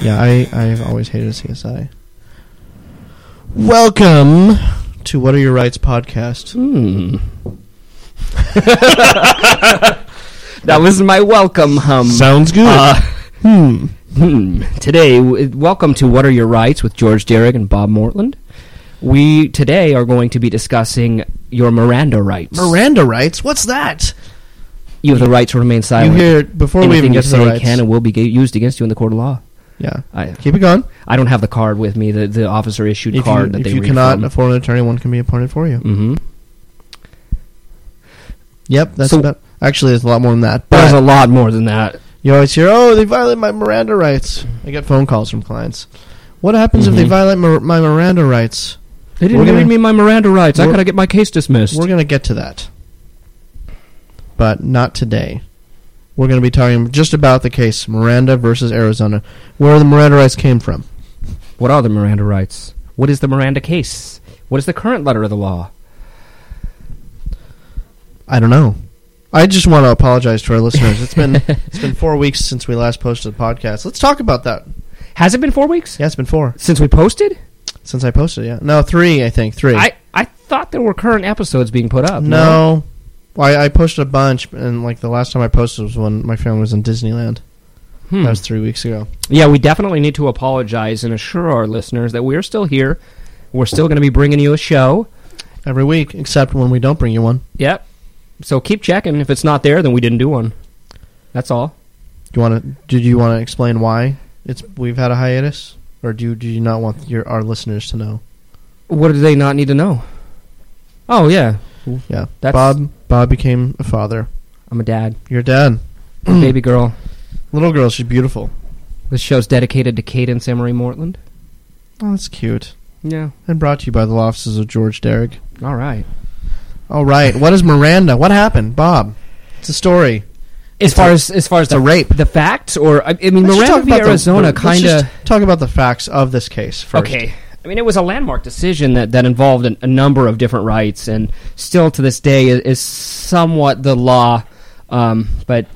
Yeah, I, I've always hated CSI. Welcome to What Are Your Rights podcast. Hmm. that was my welcome hum. Sounds good. Uh, hmm. hmm. Today, w- welcome to What Are Your Rights with George Derrick and Bob Mortland. We today are going to be discussing your Miranda rights. Miranda rights? What's that? You have the right to remain you silent. hear it before we Anything even you get to the say rights. can and will be ga- used against you in the court of law. yeah. I, Keep it going. I don't have the card with me. The the officer issued If card you, that if they you read cannot from. afford an attorney, one can be appointed for you. hmm Yep, that's So- about. Actually, there's a lot more than that. There's But a lot more than that. you always hear, "Oh, they violate my Miranda rights." I get phone calls from clients. What happens if they Mhm. violate my, my Miranda rights? They didn't read me my Miranda rights. I gotta get my case dismissed. We're going to get to that. But not today. We're going to be talking just about the case Miranda versus Arizona, where the Miranda rights came from. What are the Miranda rights? What is the Miranda case? What is the current letter of the law? I don't know. I just want to apologize to our listeners. It's been it's been 4 weeks since we last posted a podcast. Let's talk about that. Has it been four weeks Yeah, it's been 4 since we posted? since I posted, yeah. No, 3, I think. 3. I, I thought there were current episodes being put up. no. Well, I, I posted a bunch and like the last time I posted was when my family was in Disneyland. Hmm. That was 3 weeks ago. Yeah, we definitely need to apologize and assure our listeners that we are still here. We're still going to be bringing you a show. Every week except when we don't bring you one. Yep. So keep checking. If it's not there, then we didn't do one. That's all. Do you want to? Do you want to explain why it's we've had a hiatus, or do you, do you not want your our listeners to know? What do they not need to know? Oh, yeah. Yeah, That's- Bob. Bob became a father. I'm a dad. You're dad. Baby girl. Little girl, she's beautiful. This show's dedicated to Cadence Emery Mortland. Oh, that's cute. Yeah. And brought to you by the law offices of George Derrick. All right. All right, what is Miranda? What happened, Bob? It's a story. As far as as far as a the rape. the facts, or I I mean, Let's just Miranda v. the- Arizona let's kind of just talk about the facts of this case first. okay. I mean, it was a landmark decision that that involved an, a number of different rights, and still to this day is, is somewhat the law, um, but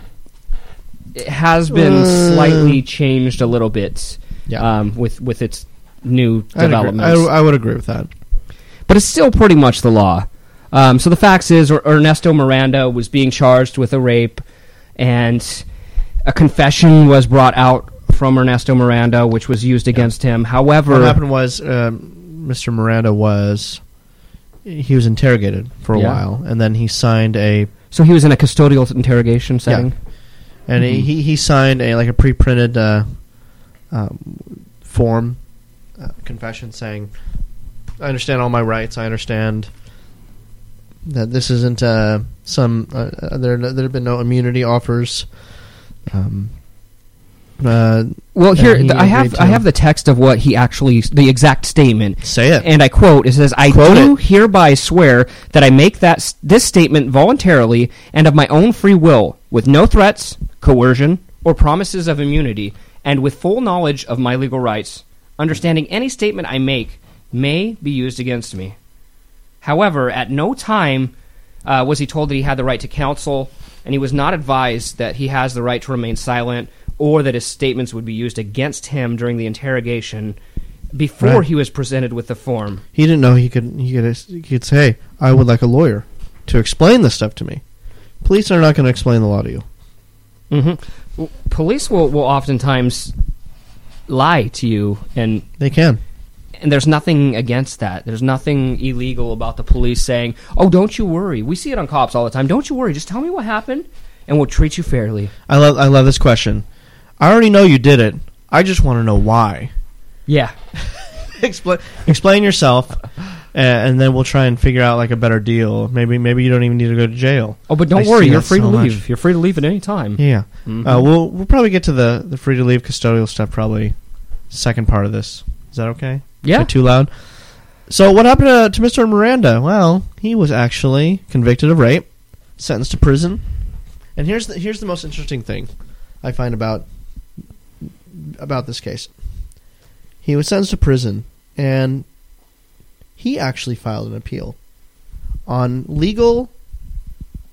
it has been Uh, slightly changed a little bit Yeah. um, with with its new I'd agree- I, developments. I would agree with that. but it's still pretty much the law. Um, so the facts is Er- Ernesto Miranda was being charged with a rape, and a confession was brought out from Ernesto Miranda, which was used against him. what However, happened was um, Mr. Miranda was he was interrogated for a Yeah. while, and then he signed a so he was in a custodial interrogation setting. and he he, he signed a like a pre-printed uh, um, form uh, confession saying, "I understand all my rights. I understand that this isn't uh, some uh, uh, there there have been no immunity offers." Um, uh, Well, Yeah, here he th- I have agreed to. I have the text of what he actually the exact statement. say it. And I quote, it says, I Quote do hereby swear that I make that s- this statement voluntarily and of my own free will, with no threats, coercion, or promises of immunity, and with full knowledge of my legal rights, understanding any statement I make may be used against me. However, at no time uh, was he told that he had the right to counsel, and he was not advised that he has the right to remain silent or that his statements would be used against him during the interrogation before Right. he was presented with the form. He didn't know he could he could he could say, "Hey, I would like a lawyer to explain this stuff to me." Police are not going to explain the law to you. Mm-hmm. Police will, will oftentimes lie to you, and, They can. and there's nothing against that. There's nothing illegal about the police saying, oh, don't you worry. We see it on cops all the time. Don't you worry. Just tell me what happened, and we'll treat you fairly. I love I love this question. I already know you did it. I just want to know why. Yeah. explain explain yourself, a- and then we'll try and figure out like a better deal. Maybe maybe you don't even need to go to jail. Oh, but I don't see worry. You're that free so to leave. much. You're free to leave at any time. Yeah. Mhm. Uh, we'll we'll probably get to the the free to leave custodial stuff probably second part of this. Is that okay? Is yeah. that too loud. So what happened to, to Mr. Miranda? Well, he was actually convicted of rape, sentenced to prison. And here's the here's the most interesting thing I find about about this case. He was sentenced to prison and he actually filed an appeal on legal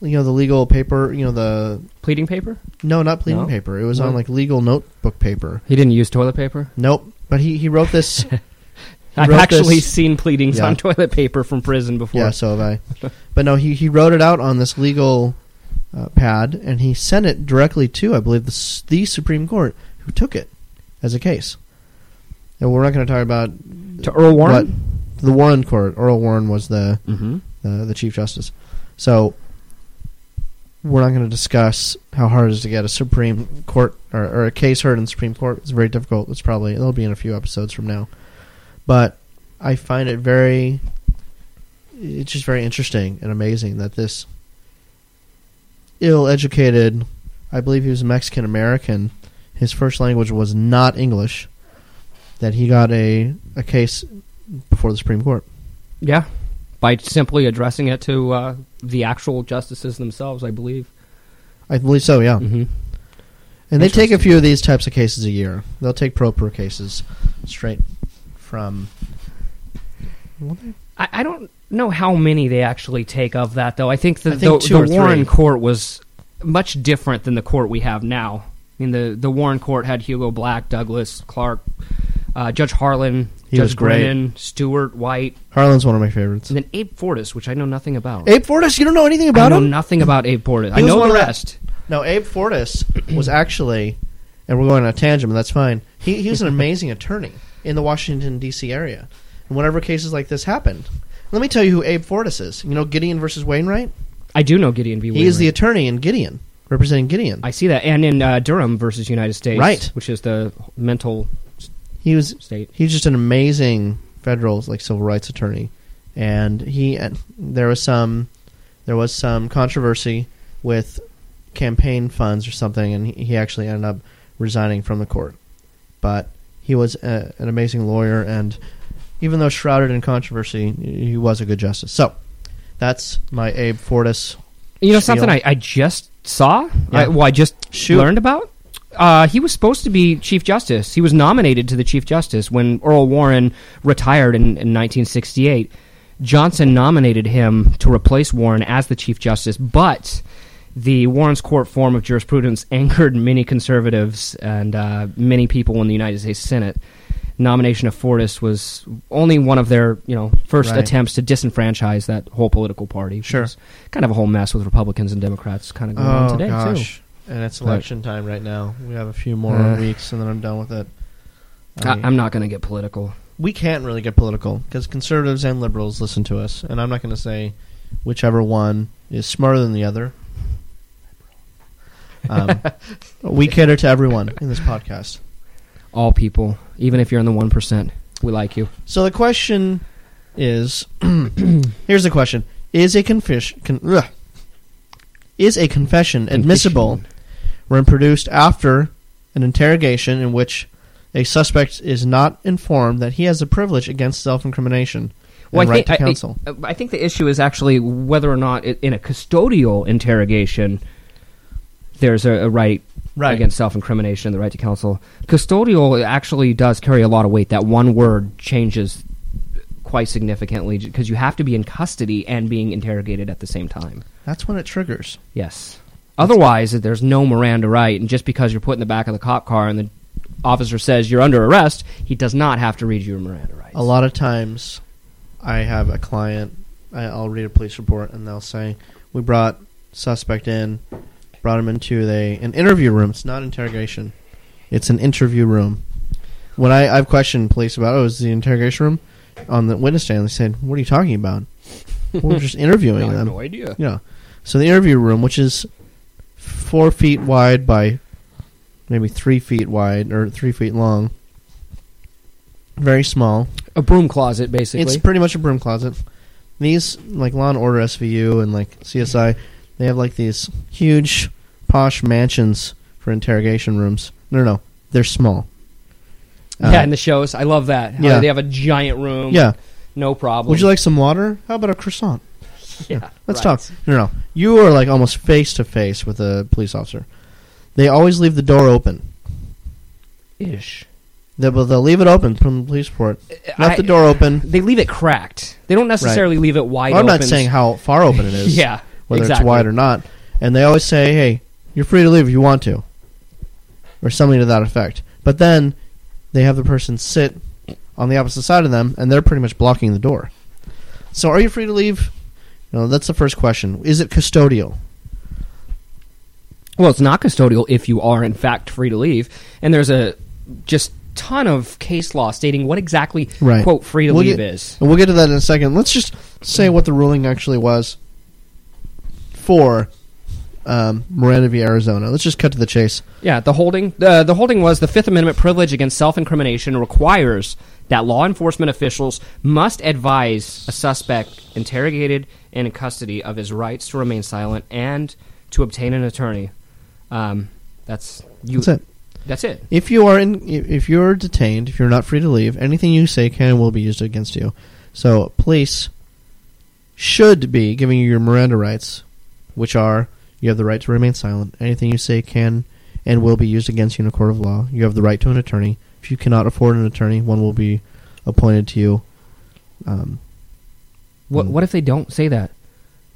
you know the legal paper, you know the Pleading paper? no, not pleading No. paper. It was on No. like legal notebook paper. He didn't use toilet paper. Nope. But he, he wrote this I've wrote actually this- seen pleadings Yeah. on toilet paper from prison before. Yeah, so have I. but no, he, he wrote it out on this legal uh, pad, and he sent it directly to, I believe, the, s- the Supreme Court, who took it as a case. And we're not going to talk about To Earl Warren. what the Warren Court. Earl Warren was the Mm-hmm. uh, the, the Chief Justice. So we're not going to discuss how hard it is to get a Supreme Court or, or a case heard in the Supreme Court. It's very difficult. It's probably it'll be in a few episodes from now, but I find it very it's just very interesting and amazing that this ill-educated, I believe he was Mexican American, his first language was not English, that he got a a case before the Supreme Court. Yeah, by simply addressing it to uh, the actual justices themselves, I believe. I believe so, yeah. Mm-hmm. And they take a Interesting. few of these types of cases a year. They'll take pro per cases straight from. I, I don't know how many they actually take of that, though. I think the, I think the, two the or Warren three. court was much different than the court we have now. I mean, the, the Warren court had Hugo Black, Douglas, Clark, uh, Judge Harlan, He was Judge great. Brennan, Stewart, White, Harlan's one of my favorites. and then Abe Fortas, which I know nothing about. Abe Fortas, you don't know anything I about know him? nothing about Abe Fortas. I was know one the of the- rest. No, Abe Fortas was actually, and we're going on a tangent, but that's fine. He, he was an amazing attorney in the Washington, D.C. area. And whenever cases like this happened, let me tell you who Abe Fortas is. You know Gideon versus Wainwright? I do know Gideon B. He is the Wainwright. attorney in Gideon, representing Gideon. I see that, and in uh, Durham versus United States, Right. which is the mental He was state. he's just an amazing federal like civil rights attorney, and he and there was some there was some controversy with campaign funds or something, and he, he actually ended up resigning from the court. But he was a, an amazing lawyer, and even though shrouded in controversy, he was a good justice. So that's my Abe Fortas. You know spiel. something I, I just saw? Yeah. I, well, I just Shoot. learned about? Uh, he was supposed to be Chief Justice. He was nominated to the Chief Justice when Earl Warren retired in, in 1968. Johnson nominated him to replace Warren as the Chief Justice, but the Warren's court form of jurisprudence angered many conservatives and uh, many people in the United States Senate. Nomination of Fortas was only one of their, you know, first Right. attempts to disenfranchise that whole political party. which Sure. is Kind of a whole mess with Republicans and Democrats kind of going Oh, on today, too. And it's But- election time right now. We have a few more Uh. weeks, and then I'm done with it. I I, mean- I'm not going to get political. we can't really get political because conservatives and liberals listen to us, and I'm not going to say whichever one is smarter than the other. Um, we cater to everyone in this podcast. All people, even if you're in the one percent, we like you. So the question is: Here's the question: Is a confession con- ugh. is a confession admissible when produced after an interrogation in which a suspect is not informed that he has the privilege against self-incrimination Well, and I right think, to I- counsel? I, I think the issue is actually whether or not i- in a custodial interrogation there's a, a right, Right. against self-incrimination, the right to counsel. Custodial actually does carry a lot of weight. That one word changes quite significantly because you have to be in custody and being interrogated at the same time. That's when it triggers. Yes. Otherwise, there's no Miranda right, and just because you're put in the back of the cop car and the officer says you're under arrest, he does not have to read you your Miranda rights. A lot of times, I have a client. I, I'll read a police report, and they'll say, "We brought suspect in, brought him into a an interview room. It's not interrogation; it's an interview room." When I, I've questioned police about, "Oh, is the interrogation room on the witness stand?" They said, "What are you talking about? We're just interviewing them." idea. Yeah. So the interview room, which is four feet wide by maybe three feet wide or three feet long, very small. A broom closet, basically. It's pretty much a broom closet. These like Law and Order SVU and like CSI, they have like these huge posh mansions for interrogation rooms. No, no, no. they're small. Uh, yeah, in the shows, I love that. How yeah. They have a giant room. yeah, No problem. Would you like some water? How about a croissant? Yeah, Let's right. talk. No, no. You are like almost face to face with a police officer. They always leave the door open. Ish. They, but they'll leave it open from the police report. Left I- the door open. They leave it cracked. They don't necessarily leave it wide. Well, I'm not open. saying how far open it is. yeah, Whether exactly. it's wide or not. And they always say, hey, you're free to leave if you want to. Or something to that effect. But then they have the person sit on the opposite side of them and they're pretty much blocking the door. So are you free to leave? No, that's the first question. Is it custodial? Well, it's not custodial if you are in fact free to leave, and there's a just ton of case law stating what exactly Right. quote free to We'll leave get- is. And we'll get to that in a second. Let's just say what the ruling actually was for um, Miranda v. Arizona. Let's just cut to the chase. Yeah, the holding the the holding was the Fifth Amendment privilege against self-incrimination requires that law enforcement officials must advise a suspect interrogated and in custody of his rights to remain silent and to obtain an attorney. Um, that's you. That's it. That's it. If you are in, if you're detained, if you're not free to leave, anything you say can and will be used against you. So police should be giving you your Miranda rights, which are you have the right to remain silent. Anything you say can and will be used against you in a court of law. You have the right to an attorney. If you cannot afford an attorney, one will be appointed to you. Um, What Mm. What if they don't say that?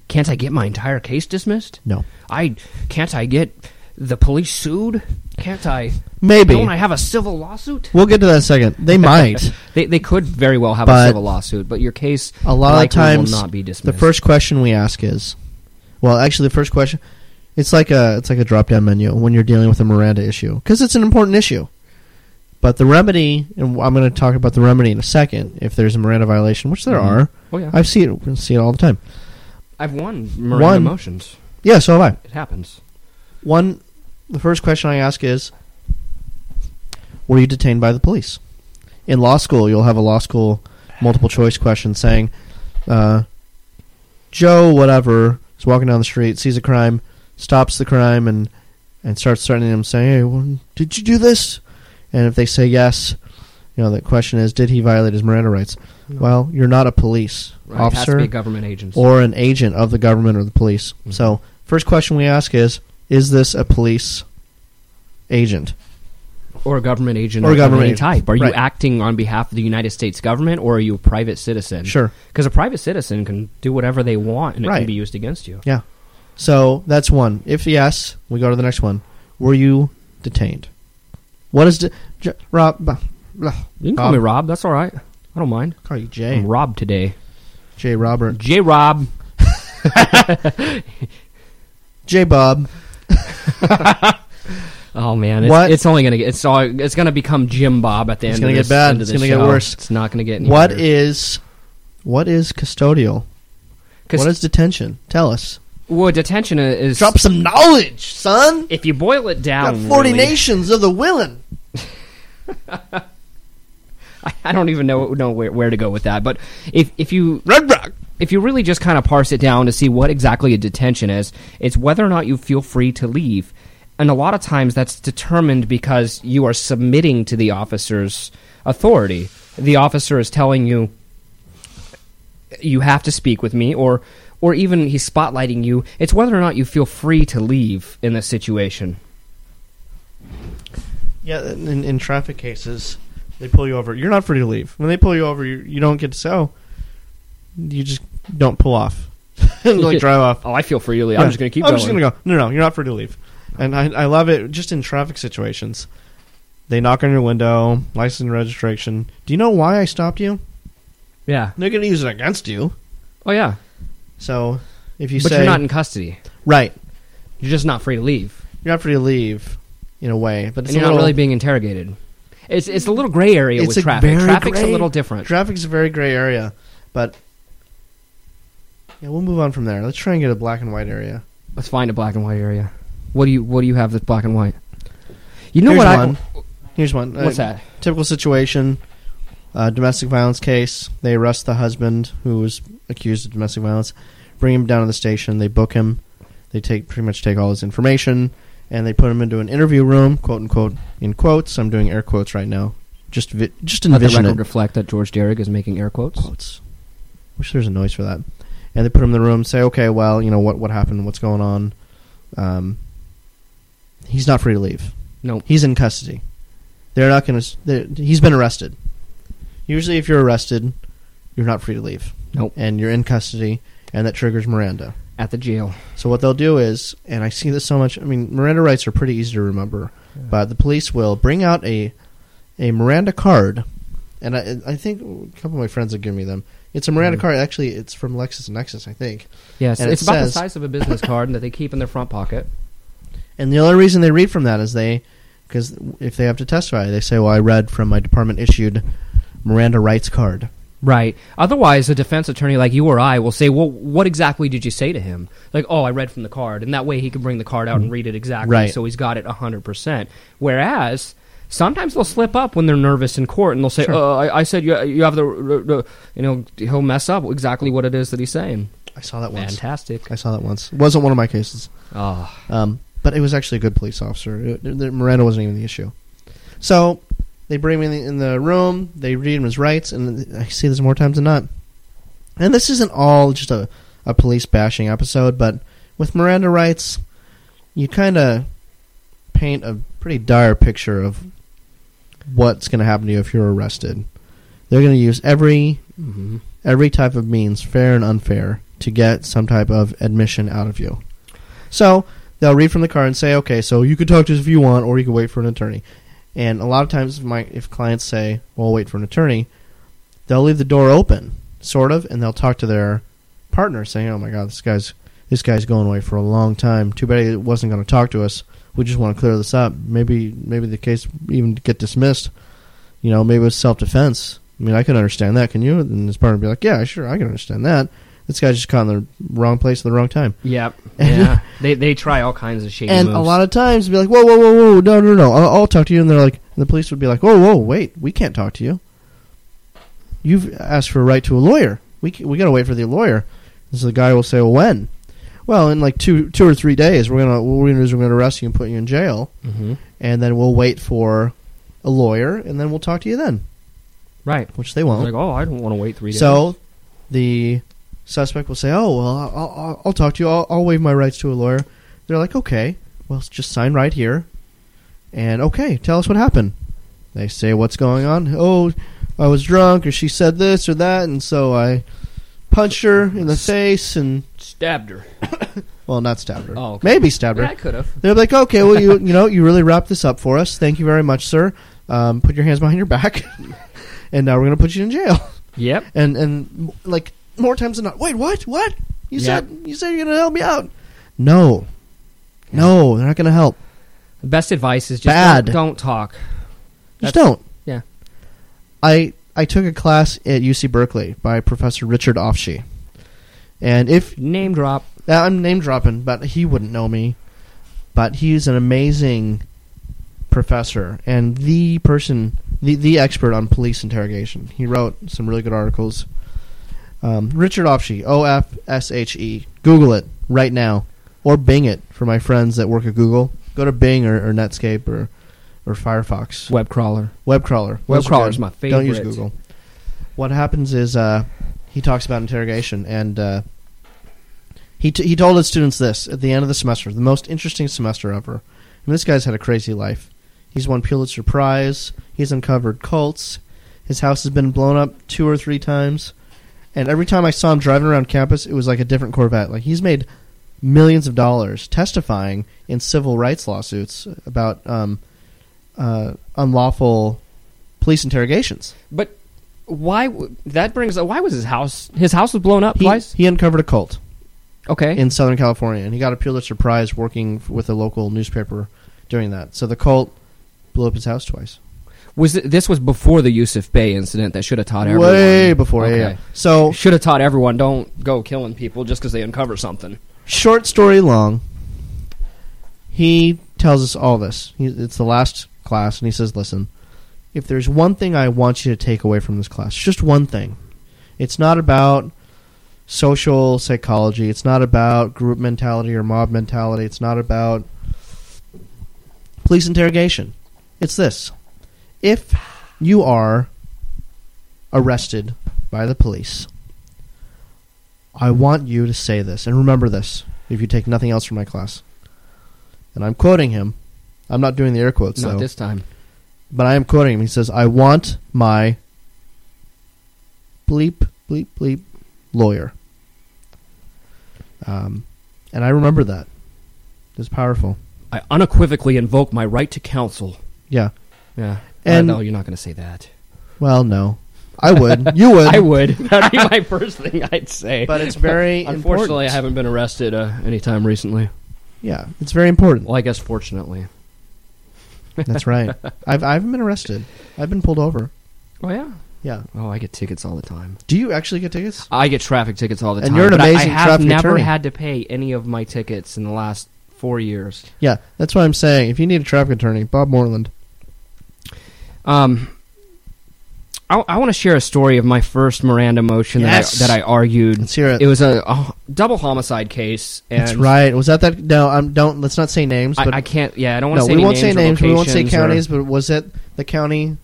Can't I get my entire case dismissed? no, I can't. I get the police sued. Can't I? maybe Don't I have a civil lawsuit? We'll get to that in a second. They might. They, they could very well have But- a civil lawsuit, but your case A lot of likely times, will not be the dismissed. first question we ask is, well, actually, the first question, it's like a it's like a drop down menu when you're dealing with a Miranda issue because it's an important issue. But the remedy, and I'm going to talk about the remedy in a second. If there's a Miranda violation, which there Mhm. are, oh yeah, I see it see it all the time. I've won Miranda One- motions. Yeah, so have I. It happens. One, the first question I ask is, were you detained by the police? In law school, you'll have a law school multiple choice question saying, uh, Joe, whatever, is walking down the street, sees a crime, stops the crime, and, and starts threatening him, saying, hey, well, did you do this? And if they say yes, you know, the question is, did he violate his Miranda rights? No. Well, you're not a police Right? it has officer to be a government agency. or an agent of the government or the police. Mhm. So, first question we ask is Is this a police agent? Or a government agent Or a of government any agent. type. Are Right. you acting on behalf of the United States government, or are you a private citizen? Sure. Because a private citizen can do whatever they want, and it Right. can be used against you. So, that's one. If yes, we go to the next one. Were you detained? What is. De- J- Rob. Bah, blah, You can call Bob. me Rob. That's all right. I don't mind. call you I'm Jay. Rob today. Jay Robert. J Rob. Mm-hmm. Jay Bob. Oh man, it's, What- it's only gonna get it's all it's gonna become Jim Bob at the It's end. gonna of get this, bad. end of It's this gonna get show. worse. It's not gonna get any What better. is. What is custodial? 'Cause- What is detention? Tell us. well, detention i- is Drop some knowledge, son. if you boil it Got down. 40 really, nations of the willing. I, I don't even know know where, where to go with that. But if if you Red Rock. if you really just kind of parse it down to see what exactly a detention is, it's whether or not you feel free to leave. And a lot of times that's determined because you are submitting to the officer's authority. The officer is telling you, you have to speak with me, or, or even he's spotlighting you. It's whether or not you feel free to leave in this situation. Yeah, in, in traffic cases, they pull you over. You're not free to leave. When they pull you over, you, you don't get to say, oh, you just don't pull off. and, like, drive off. Oh, I feel free to leave. Yeah. I'm just going to keep I'm going. just going to go. No, no, you're not free to leave. And I, I love it just in traffic situations. They knock on your window, license and registration. Do you know why I stopped you? Yeah. They're going to use it against you. Oh, yeah. So if you but say, you're not in custody. right, You're just not free to leave. you're not free to leave in a way, but it's and a you're not little- really being interrogated. It's it's a little gray area It's a with traffic. very Traffic's gray- a little different. Traffic's a very gray area, but yeah, we'll move on from there. Let's try and get a black and white area. Let's find a black and white area. What do you what do you have that's black and white? You know Here's what one. Here's one. I what's Uh, that? Typical situation: uh, domestic violence case. They arrest the husband who was accused of domestic violence, bring him down to the station. They book him. They take pretty much take all his information, and they put him into an interview room, quote unquote, in quotes. I'm doing air quotes right now. Just vi- just Let the envision record it. reflect that George Derrick is making air quotes. Quotes. Oh, wish there was a noise for that. And they put him in the room, say, okay, well, you know what what happened, what's going on. Um, he's not free to leave. No. He's in custody. They're not going to. He's been arrested. Usually, if you're arrested, you're not free to leave. Nope. And you're in custody, and that triggers Miranda. At the jail. So what they'll do is, and I see this so much. I mean, Miranda rights are pretty easy to remember, but the police will bring out a a Miranda card, and I, I think a couple of my friends have given me them. It's a Miranda Mm. card. Actually, it's from LexisNexis, I think. Yes, And it it's about says- the size of a business card that they keep in their front pocket. And the only reason they read from that is they, because if they have to testify, they say, "Well, I read from my department issued Miranda rights card." Right. Otherwise, a defense attorney like you or I will say, "Well, what exactly did you say to him?" Like, "Oh, I read from the card," and that way he can bring the card out and read it exactly, Mm-hmm. Right. so he's got it hundred percent. Whereas sometimes they'll slip up when they're nervous in court, and they'll say, Sure. "Oh, I, I said you, you have the," r- r- you know, he'll mess up exactly what it is that he's saying. I saw that once. Fantastic. I saw that once. wasn't one of my cases. Ah, Um, but it was actually a good police officer. It- it- the- Miranda wasn't even the issue. So they bring him in the, in the room. They read him his rights, and I see this more times than not. And this isn't all just a, a police bashing episode, but with Miranda rights, you kind of paint a pretty dire picture of what's going to happen to you if you're arrested. They're going to use every hmm every type of means, fair and unfair, to get some type of admission out of you. So they'll read from the card and say, "Okay, so you can talk to us if you want, or you can wait for an attorney." And a lot of times, if, my, if clients say, "Well, I'll wait for an attorney," they'll leave the door open, sort of, and they'll talk to their partner, saying, "Oh my God, this guy's this guy's going away for a long time. Too bad he wasn't going to talk to us. We just want to clear this up. Maybe maybe the case even get dismissed. You know, maybe it was self defense. I mean, I can understand that. Can you?" And his partner would be like, "Yeah, sure, I can understand that. This guy just caught in the wrong place at the wrong time." Yep. Yeah. they they try all kinds of shady and moves. a lot of times be like, whoa, whoa, whoa, whoa, no, no, no, I'll, I'll talk to you. And they're like, and the police would be like, whoa, whoa, wait, we can't talk to you. You've asked for a right to a lawyer. We c- we gotta wait for the lawyer. And so the guy will say, well, when? Well, in like two two or three days, we're gonna what we're gonna do is we're gonna arrest you and put you in jail, Mhm. and then we'll wait for a lawyer, and then we'll talk to you then, Right. which they won't. Like, oh, I don't want to wait three days. So the suspect will say, "Oh well, I'll, I'll, I'll talk to you. I'll, I'll waive my rights to a lawyer." They're like, "Okay, well, just sign right here." And okay, tell us what happened. They say what's going on. Oh, I was drunk, or she said this or that, and so I punched her in the face, and stabbed her. well, not stabbed her. Oh, okay. maybe stabbed her. Yeah, I could have. They're like, okay, well, you you know, you really wrapped this up for us. Thank you very much, sir. Um, put your hands behind your back, and now we're gonna put you in jail Yep. and and like more times than not. Wait, what? What? You Yep. said you said you're gonna help me out. No, no, they're not gonna help. The best advice is just Bad. Don't, don't talk. Just That's- don't. yeah. I I took a class at UC Berkeley by Professor Richard Offshee, and if Name drop. Uh, I'm name dropping, but he wouldn't know me. But he's an amazing professor and the person, the, the expert on police interrogation. He wrote some really good articles. Um, Richard Offshee, O F S H E. Google it right now, or Bing it for my friends that work at Google. Go to Bing or, or Netscape or or Firefox, Web crawler. web crawler. Web Those are crawler good. is my favorite. Don't use Google. What happens is uh, he talks about interrogation, and uh, he t- he told his students this at the end of the semester, the most interesting semester ever. I mean, this guy's had a crazy life. He's won Pulitzer Prize. He's uncovered cults. His house has been blown up two or three times, and every time I saw him driving around campus, it was like a different Corvette. Like he's made millions of dollars testifying in civil rights lawsuits about um, uh, unlawful police interrogations. But why? w- That brings. up Why was his house? His house was blown up He, twice. he uncovered a cult Okay. in Southern California, and he got a Pulitzer Prize working f- with a local newspaper doing that. So the cult blew up his house twice, was it, this was before the Yusuf Bay incident that should have taught everyone? way before. yeah, Okay. Yeah. So Should have taught everyone. Don't go killing people just because they uncover something. short story long, he tells us all this. He, it's the last class, and he says, "Listen, if there's one thing I want you to take away from this class, just one thing. It's not about social psychology. It's not about group mentality or mob mentality. It's not about police interrogation. It's this: if you are arrested by the police, I want you to say this and remember this if you take nothing else from my class. And I'm quoting him. I'm not doing the air quotes Not though, this time. but I am quoting him. He says, "I want my bleep bleep bleep lawyer." Um, and I remember that. It's powerful. I unequivocally invoke my right to counsel. Yeah. Yeah. And- uh, no, you're not going to say that. Well, no, I would. You would. I would. That'd be my first thing I'd say. But it's very Unfortunately, important. I haven't been arrested uh, anytime recently. Yeah, it's very important. Well, I guess fortunately. That's right. I've I've been arrested. I've been pulled over. Oh yeah. Yeah. Oh, I get tickets all the time. Do you actually get tickets? I get traffic tickets all the And time. you're an but I- amazing I have traffic never attorney. had to pay any of my tickets in the last four years. Yeah, that's what I'm saying. If you need a traffic attorney, Bob Moreland. Um, I, I want to share a story of my first Miranda motion Yes. that, I, that I argued. Let's hear it. It was a, a double homicide case. And that's right. Was that that? No, I'm don't. Let's not say names. I, But I can't. Yeah, I don't want no, to say. we won't say or names. We won't say locations or- counties. But was it the county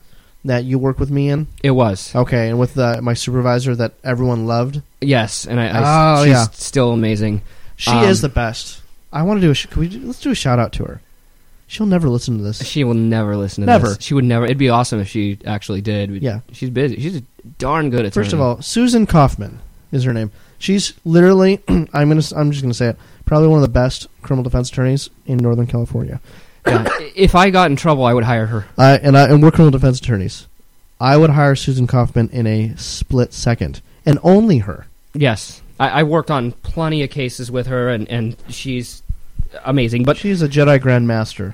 that you work with me in? it was Okay, and with uh, my supervisor that everyone loved. yes, and I. I Oh, she's yeah. still amazing. She Um, is the best. I want to do a. sh- Can we do, let's do a shout out to her. She'll never listen to this. She will never listen to Never. this. She would never. It'd be awesome if she actually did. but Yeah. she's busy. She's a darn good at. First of all, Susan Kaufman is her name. She's literally. I'm gonna. s- I'm just gonna say it. Probably one of the best criminal defense attorneys in Northern California. if I got in trouble, I would hire her. I and I and we're criminal defense attorneys. I would hire Susan Kaufman in a split second, and only her. Yes, I, I worked on plenty of cases with her, and and she's amazing. But she's a Jedi Grandmaster.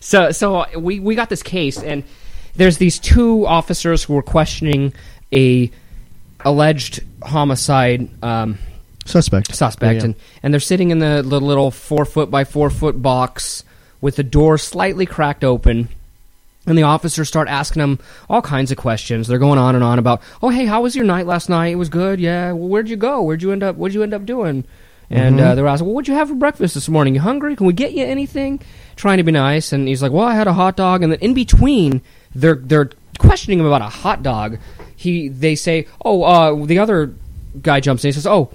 So so we we got this case, and there's these two officers who were questioning a alleged homicide um, Suspect. suspect, Yeah, yeah. and and they're sitting in the little, little four foot by four foot box with the door slightly cracked open. And the officers start asking them all kinds of questions. They're going on and on about, "Oh, hey, how was your night last night? It was good, yeah. Well, where'd you go? Where'd you end up? What'd you end up doing?" And Mm-hmm. uh, they're asking, "Well, what'd you have for breakfast this morning? You hungry? Can we get you anything?" Trying to be nice, and he's like, "Well, I had a hot dog." And then in between, they're they're questioning him about a hot dog. He they say, "Oh, uh, the other guy jumps in." He says, "Oh,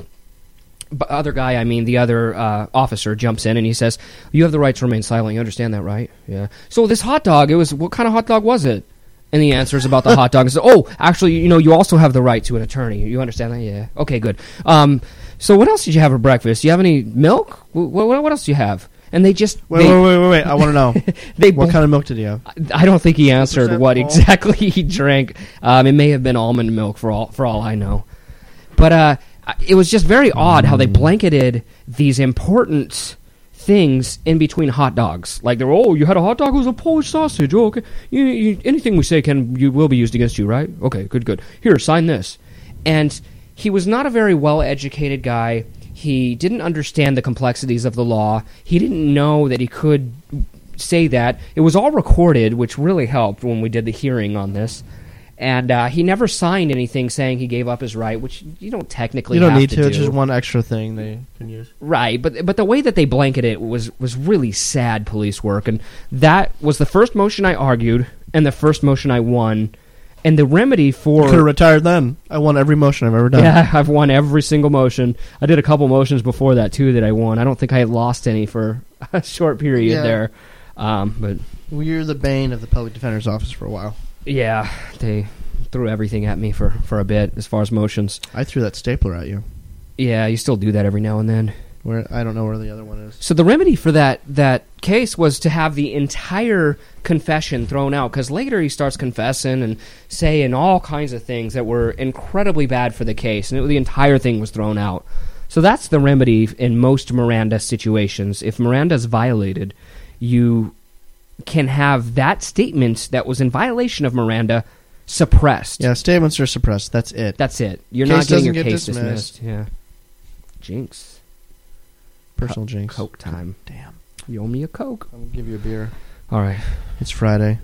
b- other guy, I mean the other uh, officer, jumps in and he says, "You have the right to remain silent. You understand that, right?" Yeah. So this hot dog, it was what kind of hot dog was it? And the answer is about the hot dog. He says, "Oh, actually, you know, you also have the right to an attorney. You understand that? Yeah. Okay, good. Um, so what else did you have for breakfast? Do you have any milk? What, what, what else do you have?" And they just Wait, they, wait, wait, wait, wait! I want to know they what bl- kind of milk did you have? I don't think he answered 100% what all. exactly he drank. Um, it may have been almond milk for all for all I know, but uh, it was just very odd how they blanketed these important things in between hot dogs. Like they were, oh, you had a hot dog. It was a Polish sausage. Oh, okay. You, you, anything we say can you will be used against you, right? Okay, good, good. Here, sign this. And he was not a very well educated guy. He didn't understand the complexities of the law. He didn't know that he could say that. It was all recorded, which really helped when we did the hearing on this. And uh, he never signed anything saying he gave up his right, which you don't technically You don't have need to. do. It's just one extra thing they can use. Right, but but the way that they blanketed it was was really sad police work, and that was the first motion I argued and the first motion I won, and the remedy for Could have retired then. I won every motion I've ever done. yeah, I've won every single motion. I did a couple motions before that too that I won. I don't think I lost any for a short period Yeah. there, um, but Well, you're the bane of the public defender's office for a while. yeah, they threw everything at me for for a bit as far as motions. I threw that stapler at you. Yeah, you still do that every now and then. Where I don't know where the other one is. So the remedy for that that case was to have the entire confession thrown out because later he starts confessing and saying all kinds of things that were incredibly bad for the case, and it, the entire thing was thrown out. So that's the remedy in most Miranda situations. If Miranda's violated, you can have that statement that was in violation of Miranda suppressed. Yeah, statements are suppressed. That's it. That's it. You're Case not getting doesn't your get case dismissed. dismissed. Yeah. Jinx. Personal jinx. Coke time. Damn. You owe me a Coke. I'm gonna give you a beer. All right. It's Friday.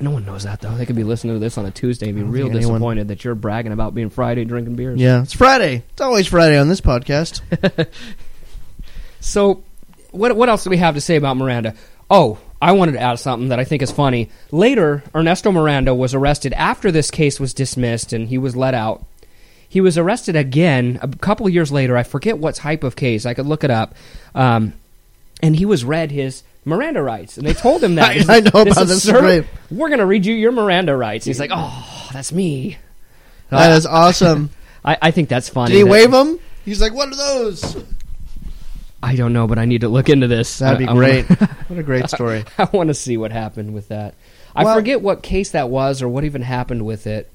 No one knows that though. They could be listening to this on a Tuesday and be I don't real think anyone- disappointed that you're bragging about being Friday drinking beers. Yeah, it's Friday. It's always Friday on this podcast. So, what what else do we have to say about Miranda? Oh, I wanted to add something that I think is funny. Later, Ernesto Miranda was arrested after this case was dismissed and he was let out. He was arrested again a couple years later. I forget what type of case. I could look it up. Um, and he was read his Miranda rights, and they told him that. I- I know about this absurd- rape. We're gonna read you your Miranda rights. He's like, oh, that's me. Ah. That is awesome. I, I think that's funny. Did he that- wave them? He's like, what are those? I don't know, but I need to look into this. That'd be I- I wanna- great. what a great story. I want to see what happened with that. I Well- forget what case that was or what even happened with it.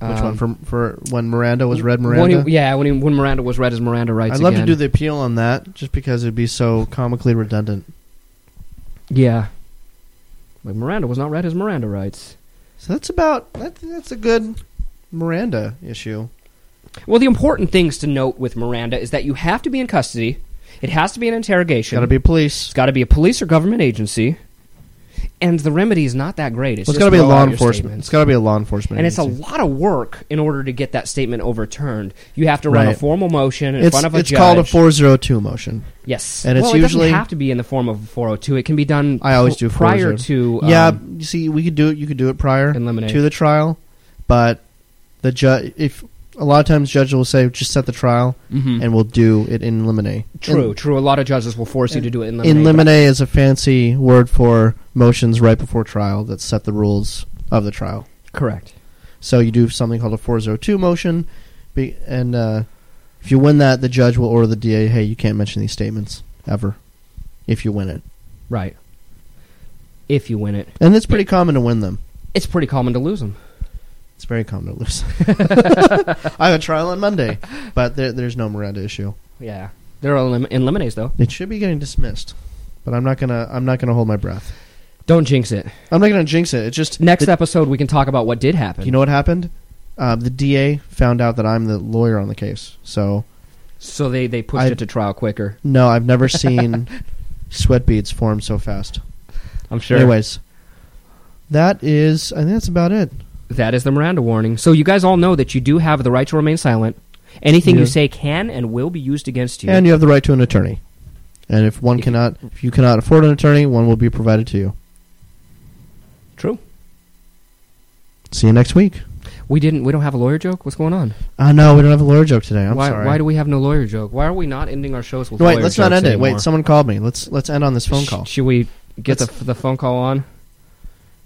Which Um, one for for when Miranda was Red When Miranda? he- yeah, when he, when Miranda was read as Miranda rights. I'd love again. to do the appeal on that, just because it'd be so comically redundant. Yeah, like Miranda was not read as Miranda rights. So that's about. I think that's a good Miranda issue. Well, the important things to note with Miranda is that you have to be in custody. It has to be an interrogation. Got to be police. It's got to be a police or government agency. And the remedy is not that great. It's, Well, it's just got to be a mail out law your enforcement. statements. It's got to be a law enforcement. and it's a agency. lot of work in order to get that statement overturned. You have to run a Right. formal motion in It's, front of a it's judge. called a four zero two motion. Yes, And it's well, it usually- doesn't have to be in the form of a 402. It can be done. I always pr- do prior 402. to um, yeah, you see, we could do it. You could do it prior And lemonade. to the trial, but the judge. If a lot of times judges will say, just set the trial, mhm. and we'll do it in limine. True, In- true. A lot of judges will force you to do it in In lemonade. limine is a fancy word for motions right before trial that set the rules of the trial. Correct. So you do something called a 402 motion, be, and uh, if you win that, the judge will order the DA, hey, you can't mention these statements ever if you win it. Right. If you win it, And it's pretty common to win them. it's pretty common to lose them. It's very common to lose. I have a trial on Monday, but there, there's no Miranda issue. Yeah, they're all in, in lemonades though. It should be getting dismissed, but I'm not gonna. I'm not gonna hold my breath. Don't jinx it. I'm not gonna jinx it. It's just Next the- episode, we can talk about what did happen. You know what happened? Uh, the DA found out that I'm the lawyer on the case. So so they they pushed I- it to trial quicker. no, I've never seen sweat beads form so fast. I'm sure. Anyways, that is. I think that's about it. That is the Miranda warning. So you guys all know that you do have the right to remain silent. Anything Yeah. you say can and will be used against you. And you have the right to an attorney. And if one If- cannot, if you cannot afford an attorney, one will be provided to you. True. See you next week. We didn't. We don't have a lawyer joke. What's going on? Uh, no, we don't have a lawyer joke today. I'm why, sorry. why do we have no lawyer joke? Why are we not ending our shows with no, wait, lawyer let's not jokes end it. anymore? Wait, someone called me. Let's let's end on this phone Sh- call. should we get the, Let's- the phone call on?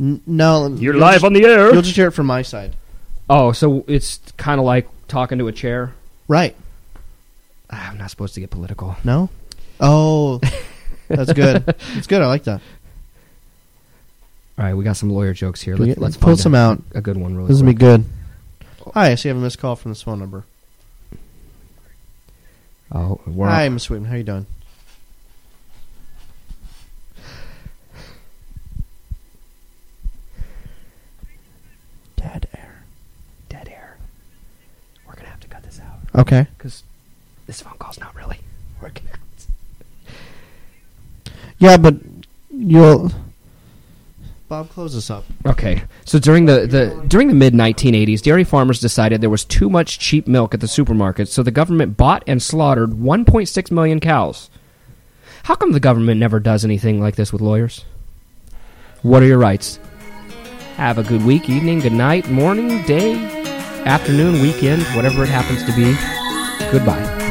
N- no, you'll just- the air. You'll just hear it from my side. Oh, so it's kind of like talking to a chair. Right? Ah, I'm not supposed to get political. No. Oh, that's good. It's good. I like that. All right, we got some lawyer jokes here. Can we Let's, get- let's pull find some a- out. A good one, really. This will be quick. good. Hi, I see you have a missed call from this phone number. Oh, we're Hi, on. Miss Sweetman. How you doing? dead air. Dead air. We're gonna have to cut this out Okay. because this phone call's not really working out. Yeah, but you'll. Bob, close this up. Okay, so during the, the during the mid 1980s, dairy farmers decided there was too much cheap milk at the supermarket, so the government bought and slaughtered 1.6 million cows. How come the government never does anything like this with lawyers? What are your rights? Have a good week, evening, good night, morning, day, afternoon, weekend, whatever it happens to be. Goodbye.